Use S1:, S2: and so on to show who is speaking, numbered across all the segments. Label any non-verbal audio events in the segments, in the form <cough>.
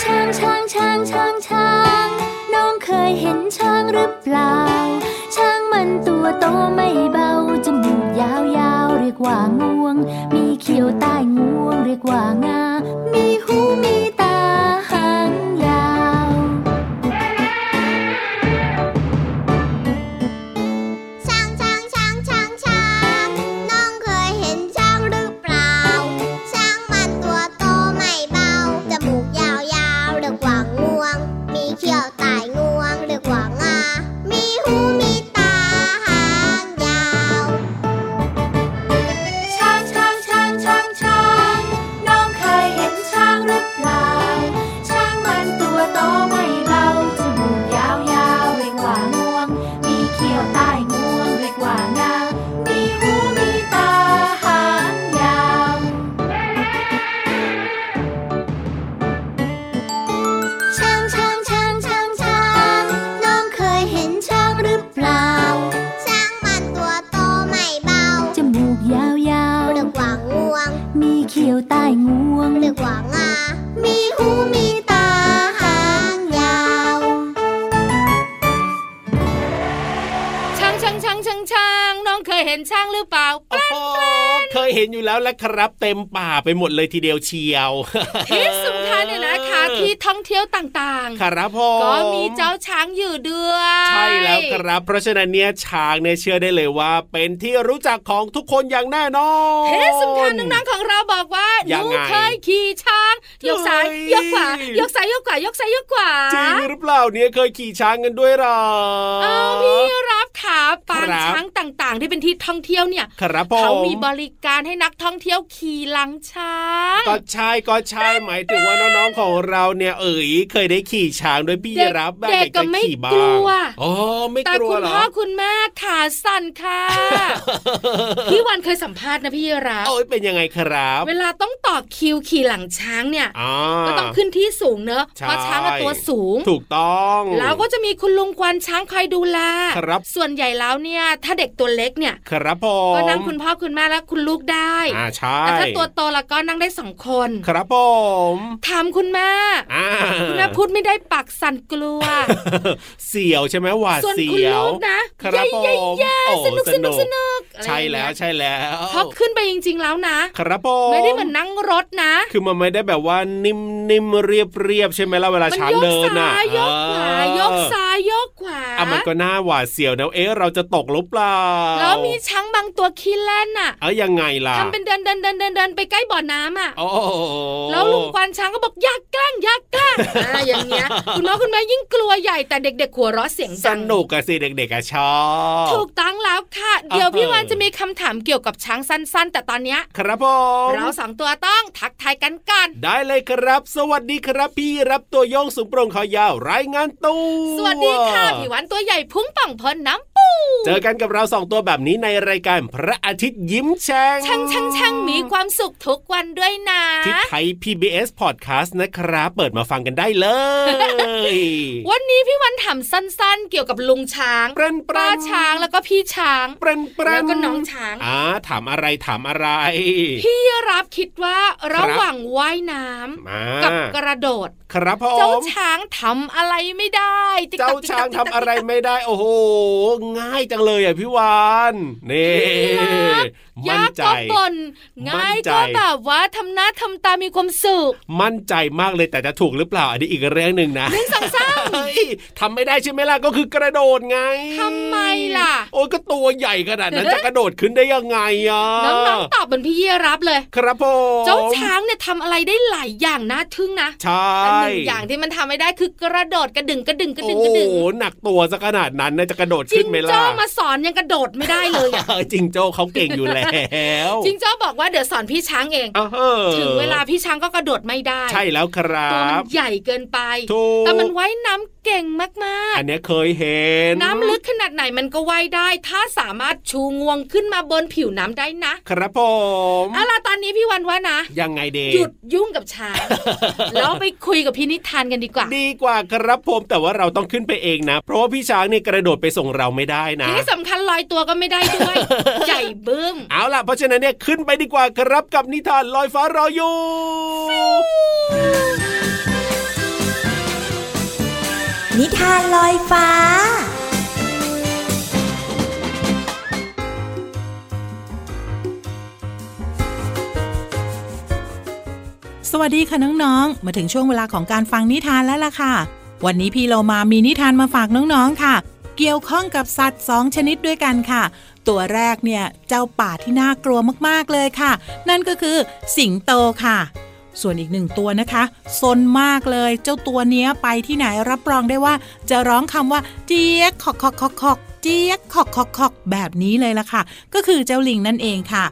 S1: ช้างช้างช้างช้างช้างน้องเคยเห็นช้างหรือเปล่า ช้างมันตัวโตไม่เบาจมูกยาวยาวๆเรียกว่างวง มีเขียวใต้งวงเรียกว่างา มีหูมีตาหางยาว
S2: ช้างช้างช้างช้างช้างน้องเคยเห็นช้างหรือเปล่า ช้างมันตัวโตไม่เบา จมูกยาวยาวๆเรียกว่างวง มีเขี้ยวตายงวงเรียกว่างา มีหูมีตาหางยาว
S1: ช้างช้างช้างช้างช้างน้องเคยเห็นช้างหรือเปล่า ช้างมันตัวโตไม่เบาจมูกยาวยาวๆเรียกว่างวง มีเขียวใต้งวงเรียกว่างา มีหูมีตาหางยาว ช้างช้างช้างช้างช้างน้องเคยเห็นช้างหรือเปล่า
S2: ช้างมันตัวโตไม่เบา
S1: จมูกยาว
S2: เรียก
S1: ๆ
S2: ว่างวง
S1: มีเขียวใต้งวง
S2: เรียกว่างา มีหูมีตาหางยาว
S3: ช้างช้างช้างช้างช้างน้องเคยเห็นช้างหรือเปล่า
S4: โอ้โหเคยเห็นอยู่แล้วละครับ เต็มป่าไปหมดเลยทีเดียวเชียว <laughs>
S3: ที่สำคัญเนี่ยนะคะที่ท่องเที่ยวต่าง
S4: คาราพ
S3: ๆ ก็มีเจ้าช้างอยู่ด้วย
S4: ใช่แล้วครับ เพราะฉะนั้นเนี่ยช้างเนี่ยเชื่อได้เลยว่า เป็นที่รู้จักของทุกคนอย่างแน่นอน
S3: ที่สำคัญน้องๆของเราบอกว่าห
S4: ยั
S3: นู
S4: งไง
S3: เคยขี่ช้าง ยกซ้าย
S4: เฮ้ย
S3: ยกขวายกซ้ายยกขวายกซ้ายยกขวา
S4: จริงหรือเปล่าเนี่ยเคยขี่ช้างกันด้วยหรอ
S3: เอาพี่รับขาปาง
S4: ครับ
S3: ช้างต่างๆ ที่เป็นที่ท่องเที่ยวเนี่ย
S4: ครับผม
S3: เขามีบริการให้นักท่องเที่ยวขี่หลังช้าง
S4: ก็ใช่ก็ใช่หมายถึงว่าน้องๆของเราเนี่ยเอ๋ยเคยได้ขี่ช้างด้วยพี่
S3: เด็ก
S4: รับบ้าง
S3: เด็ก
S4: อยา
S3: ก็
S4: จะ
S3: ไม่
S4: ขี่บ้าง
S3: กลัว
S4: อ๋อไม่
S3: แต่
S4: กลัว
S3: คุณ
S4: เหรอ
S3: พ่อคุณแม่ขาสั่นค่ะ
S4: <laughs>
S3: พี่วันเคยสัมภาษณ์นะพี่รับ
S4: โอ้ยเป็นยังไงครับ
S3: เวลาต้องต่อคิวขี่หลังช้างเนี่ย
S4: อ่า
S3: ก็ต้องขึ้นที่สูงเนอะ
S4: ใช่
S3: เพราะช้างอะตัวสูง
S4: ถูกต้อง
S3: แล้วก็จะมีคุณลุงควานช้างคอยดูแล
S4: ครับ
S3: ส่วนใหญ่แล้วเนี่ย ถ้าเด็กตัวเล็กเนี่ย
S4: ครับผม
S3: ก็นั่งคุณพ่อคุณแม่และคุณลูกได้
S4: อ่าใช่
S3: แต่ถ้าตัวโตแล้วก็นั่งได้สองคน
S4: ครับผม
S3: ถามคุณแม่
S4: อ่า
S3: คุณแม่พูดไม่ได้ปากสั่นกลัว
S4: เสียวใช่ไหมหวาด
S3: ส่วน
S4: เสี
S3: คุณ
S4: ย
S3: ลู
S4: ว
S3: กนะ
S4: ครับผ
S3: เย้
S4: ม
S3: เย้
S4: โอ้
S3: สนุกสนุกสนุกอะไร
S4: ใช่
S3: อย่าง
S4: แล้
S3: เงี้ยว
S4: ใช่แล้ว
S3: พอขึ้นไปจริง ๆแล้วนะ
S4: ครับผม
S3: ไม่ได้เหมือนนั่งรถนะ
S4: คือมันไม่ได้แบบว่านิ่มๆเรียบๆใช่ไหมล่ะเวลา
S3: มัน
S4: ช้าง
S3: โยก
S4: เดิน
S3: ซ้า
S4: อ่ะ
S3: ยโยกขวา
S4: อ่า
S3: โยกซ้ายโยกขวา
S4: อ่ะมันก็น่าหวาดเสียวนะเอ๊ะเราจะตกหรือเปล่า
S3: แล้วมีช้างบางตัวขี้เล่นน่ะ
S4: เอ้ยยังไงล่ะ
S3: ทำเป็นเดินเดินเดินเดินเดินไปใกล้บ่อน้ำอ่ะ
S4: โอ้
S3: แล้วลุงควานช้างก็บอกอยากแกล้งอยากแกล้งอะไรอย่างเงี้ย คุณพ่อคุณแม่ยิ่งกลัวใหญ่แต่เด็กๆหัวเราะเสียง
S4: ส
S3: ดัง
S4: นุกอะสิเด็กๆอะชอบ
S3: ถูกต้องแล้วค่ะ เดี๋ยว
S4: อ่าฮะ
S3: พี่วานจะมีคำถามเกี่ยวกับช้างสั้น ๆ แต่ตอนเนี้ย
S4: ครับผม
S3: เราสองตัวต้องทักทายกันก่อน
S4: ได้เลยครับ สวัสดีครับ พี่รับตัวโยงสูงโปร่งขอยาวรายงานตัว
S3: สวัสดีค่ะพี่วานตัวใหญ่พุงป่องพ้นน้ำปู
S4: เจอกันกับเราสองตัวแบบนี้ในรายการพระอาทิตย์ยิ้มแฉ่ง
S3: ช่างช่างช่างมีความสุขทุกวันด้วยนะ
S4: ที่ไทย PBS Podcast นะครับ เปิดมาฟังกันได้เลย
S3: วันนี้พี่วันถามสั้นๆ เกี่ยวกับลุงช้าง
S4: เปรนเปร
S3: ป้าน ช้างแล้วก็พี่ช้าง
S4: เปรนเปรน
S3: แล้วก็น้องช้าง
S4: อ่าถามอะไรถามอะไร
S3: พี่รับคิดว่าระหว่างว่ายน้ำ
S4: มา
S3: กับกระโดด
S4: ครับผ
S3: เจ้าม ช้างทำอะไรไม่ได้ติ๊กตั
S4: เจ้าก
S3: ติ๊กตัก
S4: ช้างทำอะไร
S3: ติ๊กตัก
S4: ไม่ได้ โอ้โห ง่ายจังเลยอ่ะพี่วานนี่
S3: พี่รับ
S4: มั่น
S3: ยาก
S4: ใจ
S3: ก็บ่นง่ายก็
S4: มั่นใจ
S3: แบบว่าทำหน้าทำตามีความสุข
S4: มั่นใจมากเลยแต่จะถูกหรือเปล่า อันนี้อีกเรื่องหนึ่งนะ
S3: หนึ่งสองสาม
S4: เฮ้ยทำไม่ได้ใช่ไหมล่ะก็คือกระโดดไง
S3: ทำไมล่ะ
S4: โอ้ยก็ตัวใหญ่ขนาดนั้น
S3: เดี๋ยวนะ
S4: จะกระโดดขึ้นได้ยังไงอ่ะ
S3: น้องๆตอบเหมือนพี่เยรับเลย
S4: ครับผม
S3: เจ้าช้างเนี่ยทำอะไรได้หลายอย่างนะทึ่งนะ
S4: ใช่
S3: แต่หนึ่งอย่างที่มันทำไม่ได้คือกระโดดกระดึงกระดึงกระดึงกระดึง
S4: โอ้โหหนักตัวซะขนาดนั้นนะจะกระโดดขึ้นไหมล่ะ
S3: จ้อมาสอนยังกระโดดไม่ได้เลยอะ
S4: <laughs> เออจิงโจ้เขาเก่งอยู่แล้ว
S3: จิงโจ้บอกว่าเดี๋ยวสอนพี่ช้างเอง
S4: เออ
S3: ถึงเวลาพี่ช้างก็กระโดดไม่ได้
S4: ใช่แล้วคร
S3: ตัว
S4: ั
S3: มั
S4: บ
S3: นใหญ่เกินไป
S4: ถูก
S3: แต่มันว่ายน้ำเก่งมาก
S4: อันเนี้ยเคยเห็น
S3: ๆ น้ำลึกขนาดไหนมันก็ว่ายได้ ถ้าสามารถชูงวงขึ้นมาบนผิวน้ำได้นะครับ
S4: ผม
S3: เอาล่ะตอนนี้พี่วันว่านะ
S4: ยังไงเด
S3: หยุดยุ่งกับช้าง
S4: <laughs>
S3: แล้วไปคุยกับพี่นิทานกันดีกว่า
S4: ดีกว่าครับผมแต่ว่าเราต้องขึ้นไปเองนะ เพราะว่าพี่ช้างเนี่ยกระโดดไปส่งเราไม่ได้นะ
S3: ที่สำคัญลอยตัวก็ไม่ได้
S4: <laughs>
S3: ด้วย ใหญ่บึ้ม
S4: เอาล่ะเพราะฉะนั้นเนี่ยขึ้นไปดีกว่าครับกับนิทานลอยฟ้ารออยู่
S5: นิทานลอยฟ้า
S6: สวัสดีค่ะน้องๆ มาถึงช่วงเวลาของการฟังนิทานแล้วล่ะค่ะ วันนี้พี่เรามามีนิทานมาฝากน้องๆ ค่ะ เกี่ยวข้องกับสัตว์สองชนิดด้วยกันค่ะ ตัวแรกเนี่ยเจ้าป่าที่น่ากลัวมากๆเลยค่ะ นั่นก็คือสิงโตค่ะ ส่วนอีกหนึ่งตัวนะคะซนมากเลย เจ้าตัวเนี้ยไปที่ไหนรับรองได้ว่า จะร้องคำว่าเจี๊ยกขอกขอกขอกขอกเจี๊ยกขอกขอกขอกแบบนี้เลยล่ะค่ะ ก็คือเจ้าลิงนั่นเองค่ะ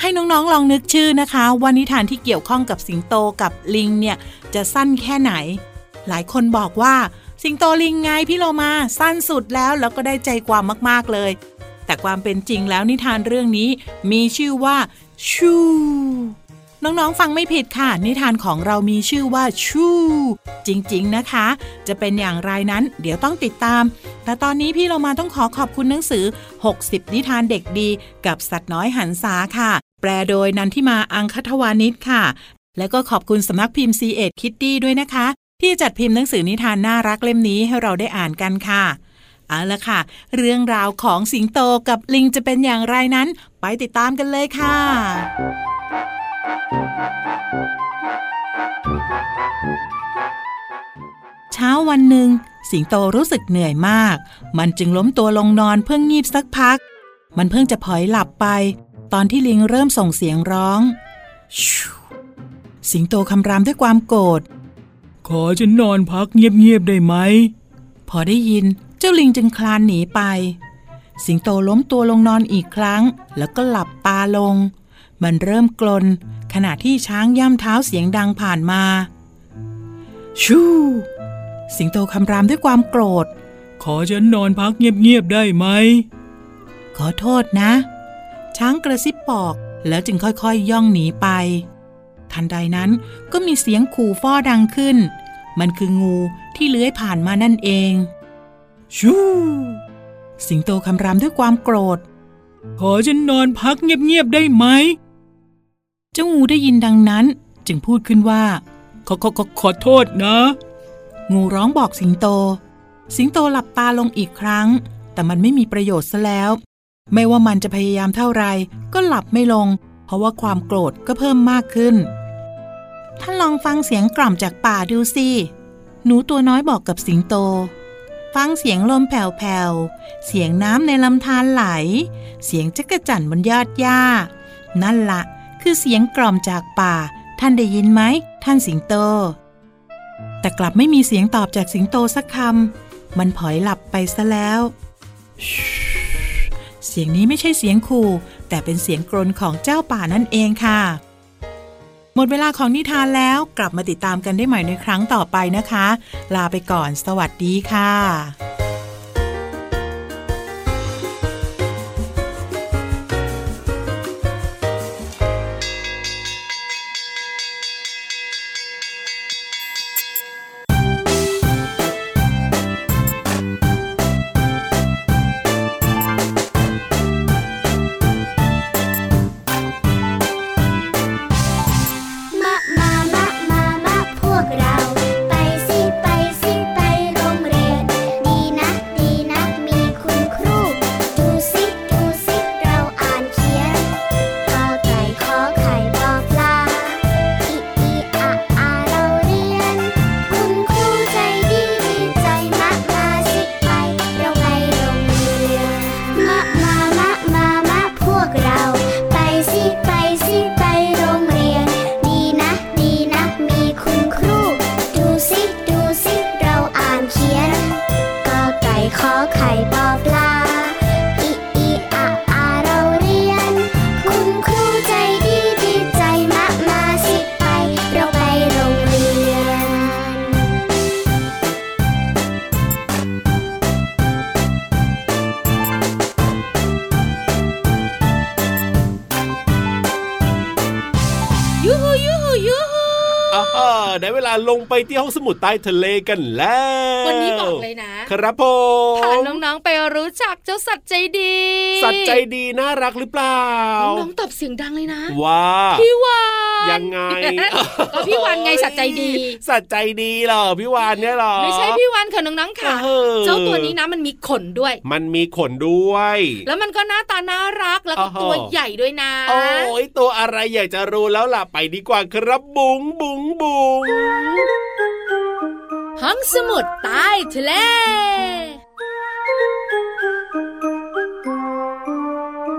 S6: ให้น้องๆ ลองนึกชื่อนะคะว่านิทานที่เกี่ยวข้องกับสิงโตกับลิงเนี่ย จะสั้นแค่ไหน หลายคนบอกว่า สิงโตลิงไงพี่โลมาสั้นสุดแล้วแล้วก็ได้ใจความมากๆเลย แต่ความเป็นจริงแล้วนิทานเรื่องนี้มีชื่อว่า ชู น้องๆ ฟังไม่ผิดค่ะ นิทานของเรามีชื่อว่าชู จริงๆนะคะ จะเป็นอย่างไรนั้นเดี๋ยวต้องติดตาม แต่ตอนนี้พี่เรามาต้องขอขอบคุณหนังสือ 60 นิทานเด็กดี กับสัตว์น้อยหันษาค่ะ แปลโดยนันทิมาอังคทวานิชค่ะ แล้วก็ขอบคุณสำนักพิมพ์ c ีเอ็ดคิตตี้ด้วยนะคะ ที่จัดพิมพ์หนังสือนิทานน่ารักเล่มนี้ให้เราได้อ่านกันค่ะ เอาละค่ะ เรื่องราวของสิงโตกับลิงจะเป็นอย่างไรนั้น ไปติดตามกันเลยค่ะ เช้าวันหนึ่ง สิงโตรู้สึกเหนื่อยมาก มันจึงล้มตัวลงนอนเพื่องีบสักพัก มันเพิ่งจะผลอยหลับไป ตอนที่ลิงเริ่มส่งเสียงร้องชู่สิงโตคำรามด้วยความโกรธขอฉันนอนพักเงียบๆได้ไหม พอได้ยินเจ้าลิงจึงคลานหนีไป สิงโตล้มตัวลงนอนอีกครั้ง แล้วก็หลับตาลง มันเริ่มกลน ขณะที่ช้างย่ำเท้าเสียงดังผ่านมาชู่ สิงโตคำรามด้วยความโกรธ ขอฉันนอนพักเงียบ ๆ ได้ไหม ขอโทษนะ ช้างกระซิบบอก แล้วจึงค่อยๆย่องหนีไป ทันใดนั้นก็มีเสียงขู่ฟ้อดังขึ้น มันคืองูที่เลื้อยผ่านมานั่นเอง ชู สิงโตคำรามด้วยความโกรธ ขอฉันนอนพักเงียบ ๆ ได้ไหม เจ้างูได้ยินดังนั้น จึงพูดขึ้นว่า ขอขอขอขอโทษนะ งูร้องบอกสิงโต สิงโตหลับตาลงอีกครั้ง แต่มันไม่มีประโยชน์ซะแล้ว ไม่ว่ามันจะพยายามเท่าไรก็หลับไม่ลง เพราะว่าความโกรธก็เพิ่มมากขึ้น ท่านลองฟังเสียงกล่อมจากป่าดูสิ หนูตัวน้อยบอกกับสิงโต ฟังเสียงลมแผ่วๆ เสียงน้ำในลำธารไหล เสียงจักระจั่นบนยอดหญ้า นั่นละคือเสียงกล่อมจากป่า ท่านได้ยินไหม ท่านสิงโต แต่กลับไม่มีเสียงตอบจากสิงโตสักคำ มันผลอยหลับไปซะแล้วชู่เสียงนี้ไม่ใช่เสียงขู่ แต่เป็นเสียงกรนของเจ้าป่านั่นเองค่ะ หมดเวลาของนิทานแล้วกลับมาติดตามกันได้ใหม่ในครั้งต่อไปนะคะ ลาไปก่อนสวัสดีค่ะ
S2: มะมามะมามะพวกเรา ไปสิไปสิไปโรงเรียน ดี
S4: ได้เวลาลงไปที่ห้องสมุดใต้ทะเลกันแล้ว
S3: วันนี้บอกเลยนะครับ
S4: ผม
S3: พาน้องๆไปรู้จักเจ้าสัตว์ใจดี
S4: สัตว์ใจดีน่ารักหรือเปล่า
S3: น้องๆตอบเสียงดังเลยนะ
S4: ว่า
S3: พี่วาน
S4: ยังไง
S3: <laughs> ก็พี่วาน
S4: <laughs>
S3: ไงสัตว์ใจดี
S4: สัตว์ใจดีเหรอพี่วานเนี่ยเหรอ
S3: ไม่ใช่พี่วานค่ะน้องๆค่ะ
S4: ออ
S3: เจ้าตัวนี้นะมันมีขนด้วย
S4: มันมีขนด้วย
S3: แล้วมันก็หน้าตาน่ารักแล้วก็
S4: อ่าฮะ
S3: ตัวใหญ่ด้วยนะ
S4: โอ้ยตัวอะไรอยากจะรู้แล้วล่ะไปดีกว่าครับบุ๋งบุ๋งบุ๋ง
S3: ห้องสมุดใต้ทะเล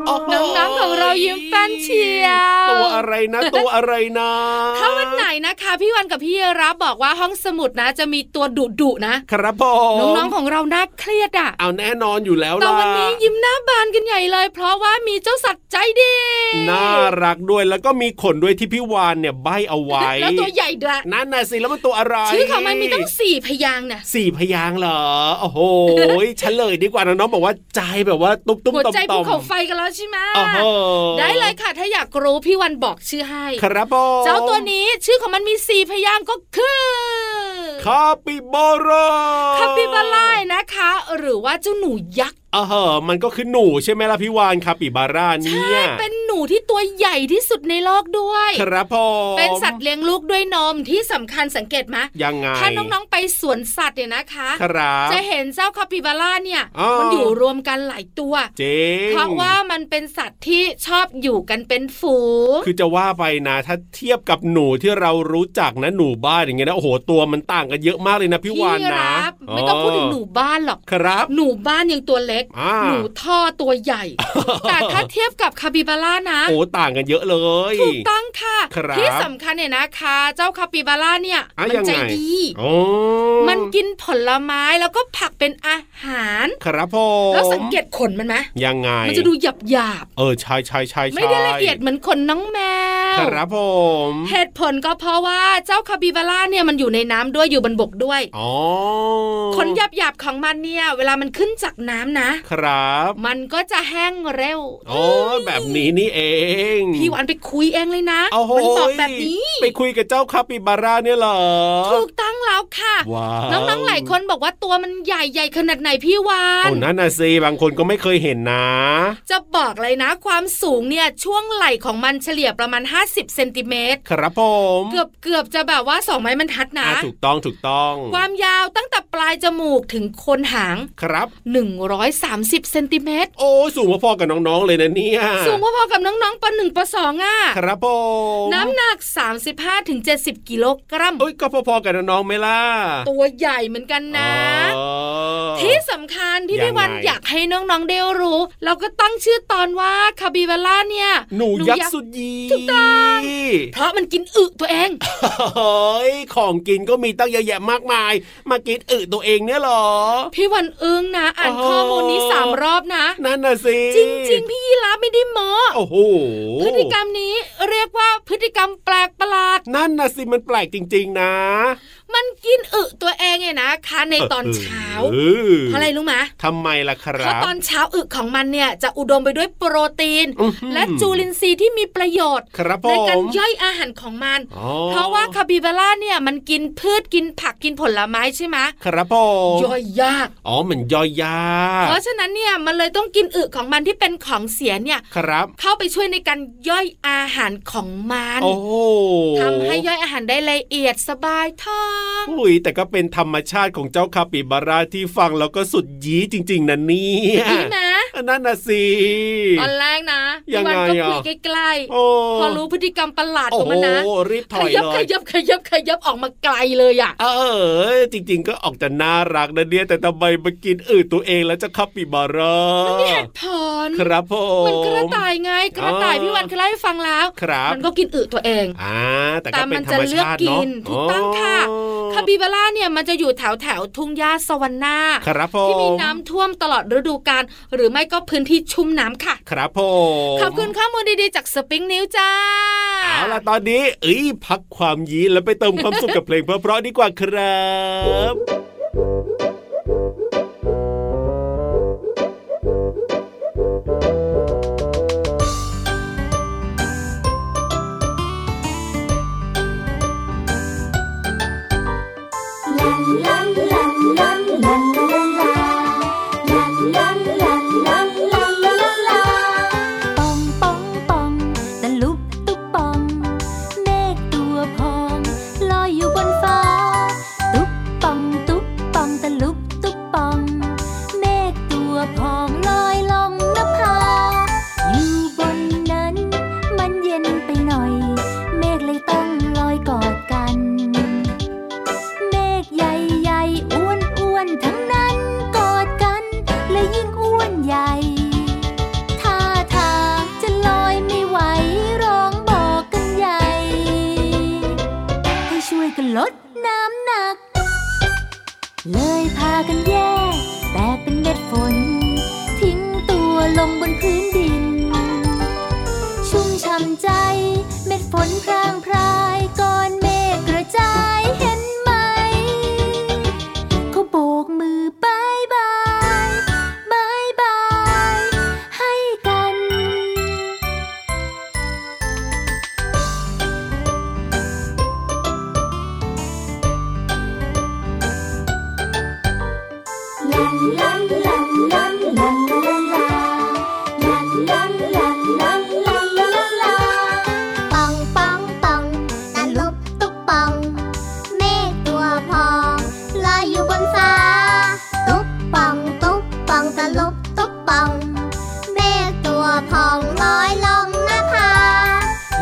S4: โอ้โห
S3: น้องๆของเรายิ้มแป้นเชียว
S4: ตัวอะไร
S3: <laughs>
S4: นะตัวอะไรนะ
S3: ถ้าวันไหนนะคะ พี่วันกับพี่รับบอกว่าห้องสมุดนะ จะมีตัวดุดุๆนะครับ
S4: ผม
S3: น้องๆของเราน่าเครียดอ่ะ
S4: เอาแน่นอนอยู่แล้ว
S3: แต่
S4: ล่ะ
S3: วันนี้ยิ้มหน้าบานกันใหญ่เลย เพราะว่ามีเจ้าสัตว์ใจดี
S4: น่ารักด้วยแล้วก็มีขนด้วยที่พี่วานเนี่ยใบเอาไว้
S3: แล้วตัวใหญ่ด้วย
S4: นั่นน่ะสิแล้วมันตัวอะไร
S3: ชื่อของมันมีตั้งสี่พยางค์นะ
S4: สี่พยางค์เหรอ โอ้โห เฉลยดีกว่านะน้องบอกว่าใจแบบว่าตุ้มตุ้ม
S3: หัว
S4: ต่อม
S3: ใจ
S4: ต่
S3: ภู
S4: อม
S3: เขาไฟกันแล้วใช่ไหม
S4: โอ้โห
S3: ได้เลยค่ะ ถ้าอยากรู้พี่วันบอกชื่อให้
S4: ครับผม
S3: เจ้าตัวนี้ชื่อของมันมีสี่พยางค์ก็คือ
S4: คาปิบาร่า
S3: คาปิบาร่านะคะ หรือว่าเจ้าหนูยักษ์
S4: เออเหอะมันก็คือหนูใช่ไหมล่ะพี่วานคาปิบาร่าเนี่ย
S3: เป็นหนูที่ตัวใหญ่ที่สุดในโลกด้วย
S4: ครับผม
S3: เป็นสัตว์เลี้ยงลูกด้วยนมที่สำคัญสังเกตไหม
S4: ยังไง
S3: ถ้าน้องๆไปสวนสัตว์เนี่ยนะคะ
S4: ครับ
S3: จะเห็นเจ้าคาปิบาร่าเนี่ย
S4: อ๋อ
S3: มันอยู่รวมกันหลายตัว
S4: เจ๊ง
S3: เพราะว่ามันเป็นสัตว์ที่ชอบอยู่กันเป็นฝูง
S4: คือจะว่าไปนะ ถ้าเทียบกับหนูที่เรารู้จักนะหนูบ้านอย่างเงี้ยนะโอ้โหตัวมันต่างกันเยอะมากเลยนะพี่วานนะ
S3: รับไม่ต้องพูดถึงหนูบ้านหรอก
S4: ครับ
S3: หนูบ้านยังตัวเล็ก
S4: อ่า
S3: หนูท่อตัวใหญ่ แต่ถ้าเทียบกับคาปิบาร่านะ
S4: โอ้ต่างกันเยอะเลย
S3: ถูกต้องค่ะ
S4: ครับ
S3: ที่สำคัญเนี่ยนะคะ เจ้าคาปิบาร่าเนี่ย
S4: อ่ะ
S3: มั
S4: ยังไง
S3: ใจดี
S4: อ๋อ
S3: มันกินผลไม้แล้วก็ผักเป็นอาหาร
S4: ครับผม
S3: แล้วสังเกตขนมันไหม
S4: ยังไง
S3: มันจะดูหยาบหยาบ
S4: เออใช่ใช่ใช่
S3: ๆไม่ได้ละเอียดเหมือนขนน้องแมว
S4: ครับผม
S3: เหตุผลก็เพราะว่าเจ้าคาปิบาร่าเนี่ยมันอยู่ในน้ำด้วยอยู่บนบกด้วย
S4: อ๋อ
S3: ขนหยาบหยาบๆของมันเนี่ย เวลามันขึ้นจากน้ำนะ
S4: ครับ
S3: มันก็จะแห้งเร็ว
S4: อ๋อแบบนี้นี่เอง
S3: พี่หวานไปคุยเองเลยนะ
S4: โอ้โห
S3: มับอกแบบนี้
S4: ไปคุยกับเจ้าคาปิบาร่าเนี่ยเหรอ
S3: ถูกตั้องแล้วค่ะ
S4: ว้าว
S3: น้องๆหลายคนบอกว่าตัวมันใหญ่ใหญ่ขนาดไหนพี่วา
S4: โอ้
S3: น
S4: นั่นนะสิบางคนก็ไม่เคยเห็นนะ
S3: จะบอกเลยนะ ความสูงเนี่ยช่วงไหล่ของมันเฉลี่ยประมาณ 50เซนติเมตร
S4: ครับผม
S3: เกือบเกือบจะแบบว่าสองไม้บรรทัดนะ
S4: อ่ะถูกต้องถูกต้อง
S3: ความยาวตั้งแต่ปลายจมูกถึงโคนหาง
S4: ครับ
S3: 130เซนติเมตร
S4: โอ้สูงพอๆกับน้องๆเลยนะเนี่ย
S3: สูงพอๆกับน้องๆปหนึ่งปสองอ่ะ
S4: ครับผม
S3: น้ำหนัก 35-70 กิโลกรัม
S4: เอ้ยก็พอๆกับน้องๆไหม่ล่ะ
S3: ตัวใหญ่เหมือนกันนะ
S4: อ๋อ
S3: ที่สำคัญที่
S4: ยังไง
S3: พี่วันอยากให้น้องๆได้รู้ เราก็ตั้งชื่อตอนว่าคาบิบาร่าเนี่ย
S4: หนูยักษ์สุดยี
S3: ถูกต้องเพราะมันกินอึตัวเอง
S4: เฮ้ยของกินก็มีตั้งเยอะแยะมากมาย มากินอึตัวเองเนี่ยเหรอ
S3: พี่วันอึ้งนะ อ่าน
S4: อ๋อ
S3: ข้อมูลนี้สามรอบนะ
S4: นั่นน่ะสิ
S3: จริงๆ พี่ยีราฟไม่ได้โม
S4: โอ้โห
S3: พฤติกรรมนี้เรียกว่าพฤติกรรมแปลกประหลาด
S4: นั่นน่ะสิมันแปลกจริง ๆ นะ
S3: มันกินอึตัวเองไงนะคะในตอนเช้า
S4: เออ
S3: เพราะอะไรรู้ไหม
S4: ทำไมล่ะค
S3: เพ
S4: รั
S3: ราะ
S4: บ
S3: ตอนเช้าอึของมันเนี่ยจะอุดมไปด้วยโปรตีน
S4: อื้อหือ
S3: และจูลินทรีย์ที่มีประโยชน์
S4: ครับผ
S3: ในการ
S4: ม
S3: ย่อยอาหารของมัน
S4: อ๋อ
S3: เพราะว่าคาปิบาร่าเนี่ยมันกินพืชกินผักกินผลไม้ใช่ไหม
S4: ครับผม
S3: ย่อยยาก
S4: อ๋อมันย่อยยาก
S3: เพราะฉะนั้นเนี่ยมันเลยต้องกินอึของมันที่เป็นของเสียเนี่ย
S4: ครับ
S3: เข้าไปช่วยในการย่อยอาหารของมัน
S4: โอ้โห
S3: ทำให้ย่อยอาหารได้ละเอียดสบายท้อง
S4: อุ้ยแต่ก็เป็นธรรมชาติของเจ้าคาปิบาร่าที่ฟังแล้วก็สุดยีจริง ๆนะเนี่ย
S3: ดีนะ
S4: นั่นน่ะสิ
S3: ตอนแรกนะ
S4: ยังไง
S3: พี่
S4: อ่ะ
S3: วัก็คุยใกล้
S4: โอ้
S3: ๆพอรู้พฤติกรรมประหลาด
S4: โอ้
S3: ของ
S4: โห
S3: มันนะ
S4: รีบถ
S3: ข
S4: อย
S3: ยับ
S4: เลย
S3: ขยับขยับขยับออกมาไกลเลยอ่ะ
S4: เออ จริง ๆ ก็ออกจะน่ารักนะเนี่ยแต่ทำไมมากินอืดตัวเองแล้วจะคับปีบาร่า
S3: มันมีเหตุผล
S4: ครับผม
S3: มันกระต่ายไงกระต่าย
S4: อ๋อ
S3: พี่วันเคยเล่าให้ฟังแล้ว
S4: ครับ
S3: มันก็กินอึตัวเอง
S4: อ่าแต่ก็
S3: แต่
S4: เป็
S3: มัน น
S4: ธร
S3: จะ
S4: รม
S3: เลือก
S4: ชาติ
S3: กิ
S4: เนาะ
S3: นถูกต้องค่ะ คาบิบาร่าเนี่ยมันจะอยู่แถวแถวทุ่งหญ้าสวรรณา
S4: ครับผม
S3: ที่มีน้ำท่วมตลอดฤดูกาลหรือไม่ก็พื้นที่ชุ่มน้ำค่ะ
S4: ครับผม
S3: ขอบคุณข้อมูลดีๆ จากสปริงนิวจ้า
S4: เอาล่ะตอนนี้ เอ้ยพักความยี้แล้วไปเติมความสุขกับเพลงเพราะๆดีกว่าครับ
S7: เ
S1: ปองปองปองตะลุบตุบปอง เมฆตัวพองลอยอยู่บนฟ้า ตุบปองตุบปองตะลุบตุบปอง เมฆตัวพองลอยลงนภา อยู่บนนั้นมันเย็นไปหน่อย เมฆเลยต้องลอยกอดกัน เมฆใหญ่ๆอ้วนอ้วนๆทั้งนั้นกอดกันและยิ่งอ้วนใหญ่ ท่าทางจะลอยไม่ไหวร้องบอกกันใหญ่ ให้ช่วยกันลดน้ำหนัก เลยพากันแย่แต่เป็นเม็ดฝน ทิ้งตัวลงบนพื้นดิน ชุ่มช่ำใจ เม็ดฝนพรางพรายก้อนเมฆกระจายเห็นไหม เขาโบกมือบายบายบายบาย ให้กัน
S2: ปองปองปองตะลุบตุ๊บปอง เมฆตัวพองลอยอยู่บนฟ้า ตุ๊บปองตุ๊บปองตะลุบตุ๊บปอง เมฆตัวพองลอยลงหน้าผา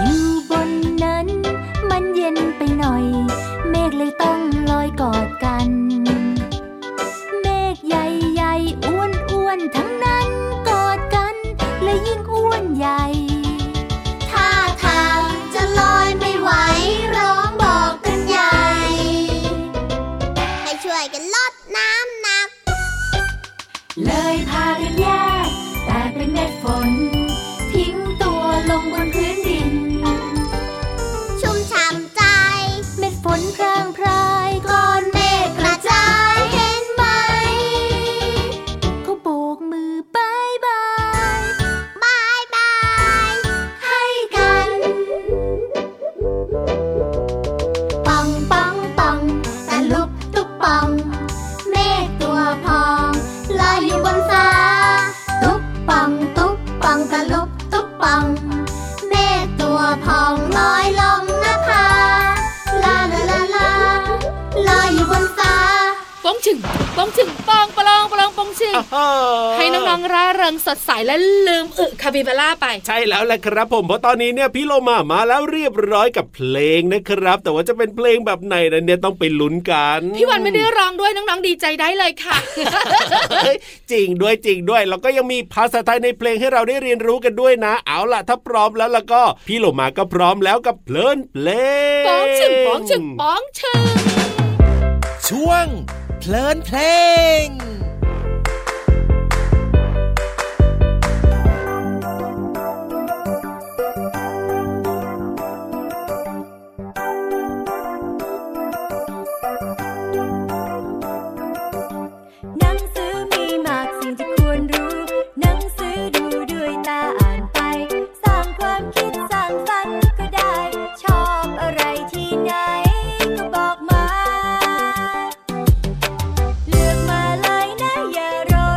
S1: อยู่บนนั้น มันเย็นไปหน่อย เมฆเลยต้องลอยกอดกัน เมฆใหญ่ๆอ้วนอ้วนๆทั้งนั้นกอดกัน และยิ่งอ้วนใหญ่
S2: ท่าทางจะลอยไม่ไหวร้องบอกกันใหญ่ ให้ช่วยกันลดน้ำหนัก
S1: เลยพากันแยกแต่เป็นเม็ดฝน ทิ้งตัวลงบนพื้นดิน
S2: ชุ่มฉ่ำใจ
S1: เม็ดฝนพรางพรายก้อนเมฆกระจายเห็นไหมเขาโบกมือบายบาย
S2: บายบาย
S1: ให้กัน
S2: ปองปองปองตะลุบตุบปอง เมฆตัวพองลอยอยู่บนฟ้า ตุบปองตุบปองตะลุบตุบปอง เมฆตัวพองลอยลงหน้าผาลาลาลาลาลอยอยู่บนฟ้า
S3: ปองชึงปองชึงปองปลองปลองปองชึง
S4: อ้าว
S3: ให้น้องๆร่าเริงสดใสและลืมอึคาบิบาร่าไป
S4: ใช่แล้วแหละครับผมเพราะตอนนี้เนี่ยพี่โลมามาแล้วเรียบร้อยกับเพลงนะครับ แต่ว่าจะเป็นเพลงแบบไหนนั้นเนี่ยต้องไปลุ้นกัน
S3: พี่วันไม่ได้ร้องด้วยน้องๆดีใจได้เลยค่ะ
S4: เฮ้ยจริงด้วยจริงด้วยแล้วก็ยังมีภาษาไทยในเพลงให้เราได้เรียนรู้กันด้วยนะ เอาล่ะถ้าพร้อมแล้วแล้วก็พี่โลมาก็พร้อมแล้วกับเพลินเพลง
S3: ปองชึงปองชึงปองชึง
S7: ช่วง เพลินเพลง
S1: หนังสือมีมากสิ่งที่ควรรู้ หนังสือดูด้วยตาอ่านไป สร้างความคิดสร้างสรรค์ก็ได้ ชอบอะไรที่ไหนก็บอกมา เลือกมาหลาย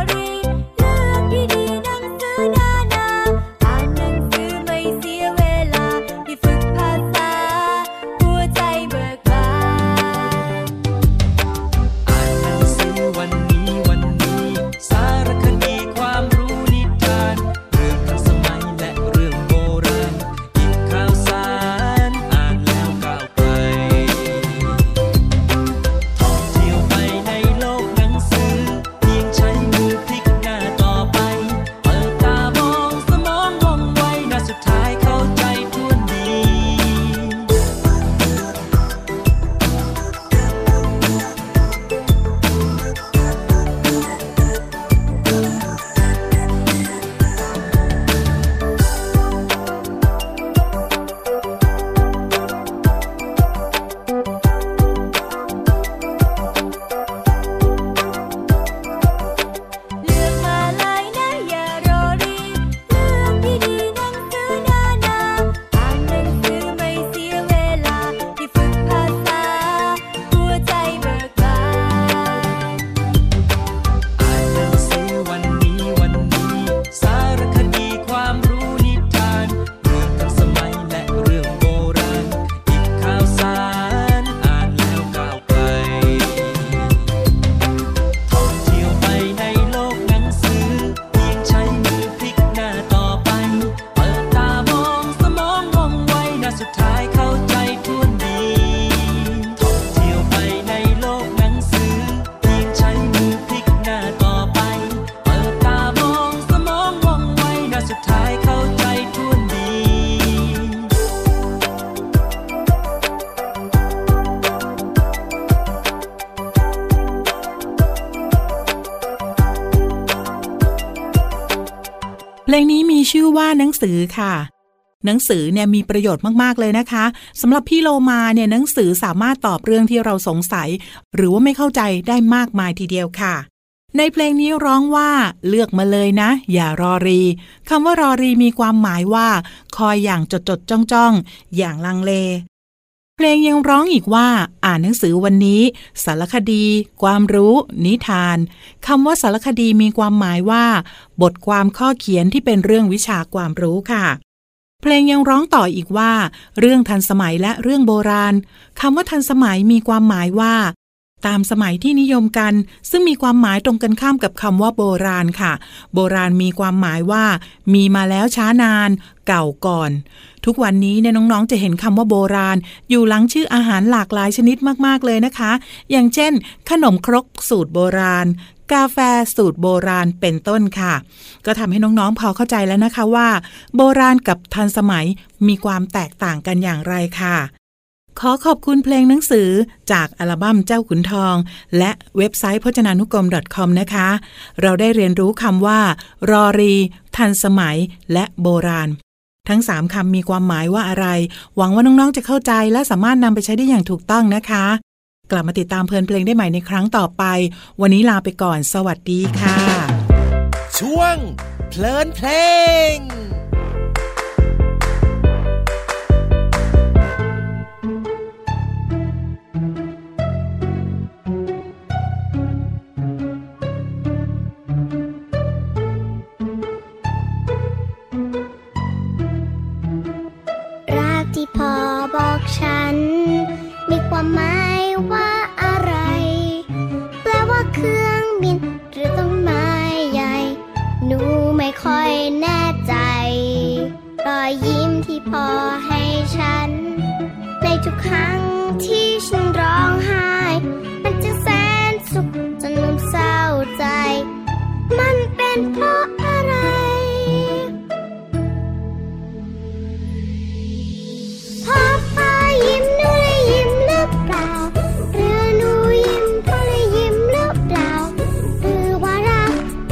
S6: งนี้มีชื่อว่าหนังสือค่ะ หนังสือเนี่ยมีประโยชน์มากๆเลยนะคะสำหรับพี่โลมาเนี่ยหนังสือสามารถตอบเรื่องที่เราสงสัย หรือว่าไม่เข้าใจได้มากมายทีเดียวค่ะ ในเพลงนี้ร้องว่าเลือกมาเลยนะ อย่ารอรีคำว่ารอรีมีความหมายว่า คอยอย่างจดจดจ้องจ้องๆ อย่างลังเล เพลงยังร้องอีกว่า อ่านหนังสือวันนี้ สารคดี ความรู้ นิทานคำว่าสารคดีมีความหมายว่า บทความข้อเขียนที่เป็นเรื่องวิชาความรู้ค่ะ เพลงยังร้องต่ออีกว่า เรื่องทันสมัยและเรื่องโบราณคำว่าทันสมัยมีความหมายว่า ตามสมัยที่นิยมกัน ซึ่งมีความหมายตรงกันข้ามกับคำว่าโบราณค่ะ โบราณมีความหมายว่า มีมาแล้วช้านาน เก่าก่อน ทุกวันนี้เนี่ยน้องๆจะเห็นคำว่าโบราณ อยู่หลังชื่ออาหารหลากหลายชนิดมากๆเลยนะคะ อย่างเช่น ขนมครกสูตรโบราณ กาแฟสูตรโบราณเป็นต้นค่ะ ก็ทำให้น้องๆพอเข้าใจแล้วนะคะว่า โบราณกับทันสมัยมีความแตกต่างกันอย่างไรค่ะ ขอขอบคุณเพลงหนังสือจากอัลบั้มเจ้าขุนทอง และเว็บไซต์พจนานุกรม .com นะคะ เราได้เรียนรู้คำว่า รอรี ทันสมัย และโบราณ ทั้ง 3คำมีความหมายว่าอะไร หวังว่าน้อง ๆ จะเข้าใจและสามารถนำไปใช้ได้อย่างถูกต้องนะคะ กลับมาติดตามเพลินเพลงได้ใหม่ในครั้งต่อไป วันนี้ลาไปก่อน สวัสดีค่ะ
S7: ช่วง เพลินเพลง
S2: รักที่พอบอกฉัน มีความหมายว่าอะไร แปลว่าเครื่องบิน หรือต้นไม้ใหญ่ หนูไม่ค่อยแน่ใจ รอยยิ้มที่พอให้ฉัน ในทุกครั้งที่ฉันร้องไห้ มันจึงแสนสุขจนลืมเศร้าใจ มันเป็นเพราะอะไร พอพ่อยิ้มหนูเลยยิ้มหรือเปล่า หรือหนูยิ้มพ่อเลยยิ้มหรือเปล่า หรือ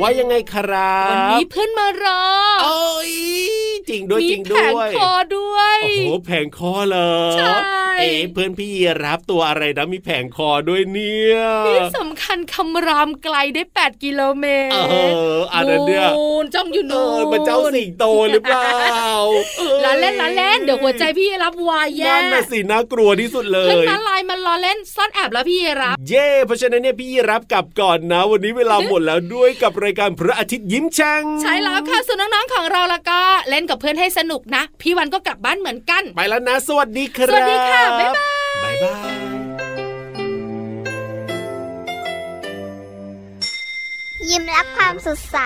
S4: ว่ายังไงครั
S3: วัน
S4: บ
S3: นี้เพื่อนมารอ
S4: โอ้ยจริงด้วย
S3: มี
S4: จริง
S3: แผ
S4: ด้
S3: ง
S4: วย
S3: คอด้วย
S4: โอ้โหแผงคอเหรอ
S3: ใช่
S4: เอ๊ะเพื่อนพี่ยีรับตัวอะไรนะมีแผงคอด้วยเนี่ย
S3: ที่สำคัญคำรามไกลได้ 8 กิโลเมตร
S4: เอออันนั้นเนี่ย
S3: นูนจ้องอยู่
S4: เอ
S3: นู
S4: อน มันเจ้าสิงโตหรือเปล่า
S3: ล้อเล่นล้อเล่นเดี๋ยวหัวใจพี่รับวายแย่
S4: นั่นน่ะสิน่ากลัวที่สุดเล
S3: เพื่อน
S4: ย
S3: น้าลายมันล้อเล่นซ่อนแอบแล้วพี่รับ
S4: เย่เพราะฉะนั้นเนี่ยพี่รับกลับก่อนนะ วันนี้เวลาหมดแล้วด้วยกับรายการพระอาทิตย์ยิ้มแฉ่ง
S3: ใช่แล้วค่ะส่วนน้องๆของเราละก็เล่นกับเพื่อนให้สนุกนะ พี่วันก็กลับบ้านเหมือนกัน
S4: ไปแล้วนะ สวัสดีครับ
S3: สวัสดีค่ะบ๊ายบาย
S4: บ๊ายบาย
S2: ยิ้มรับความสดใส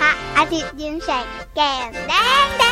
S2: พระอาทิตย์ยิ้มแฉกแก้มแดงแด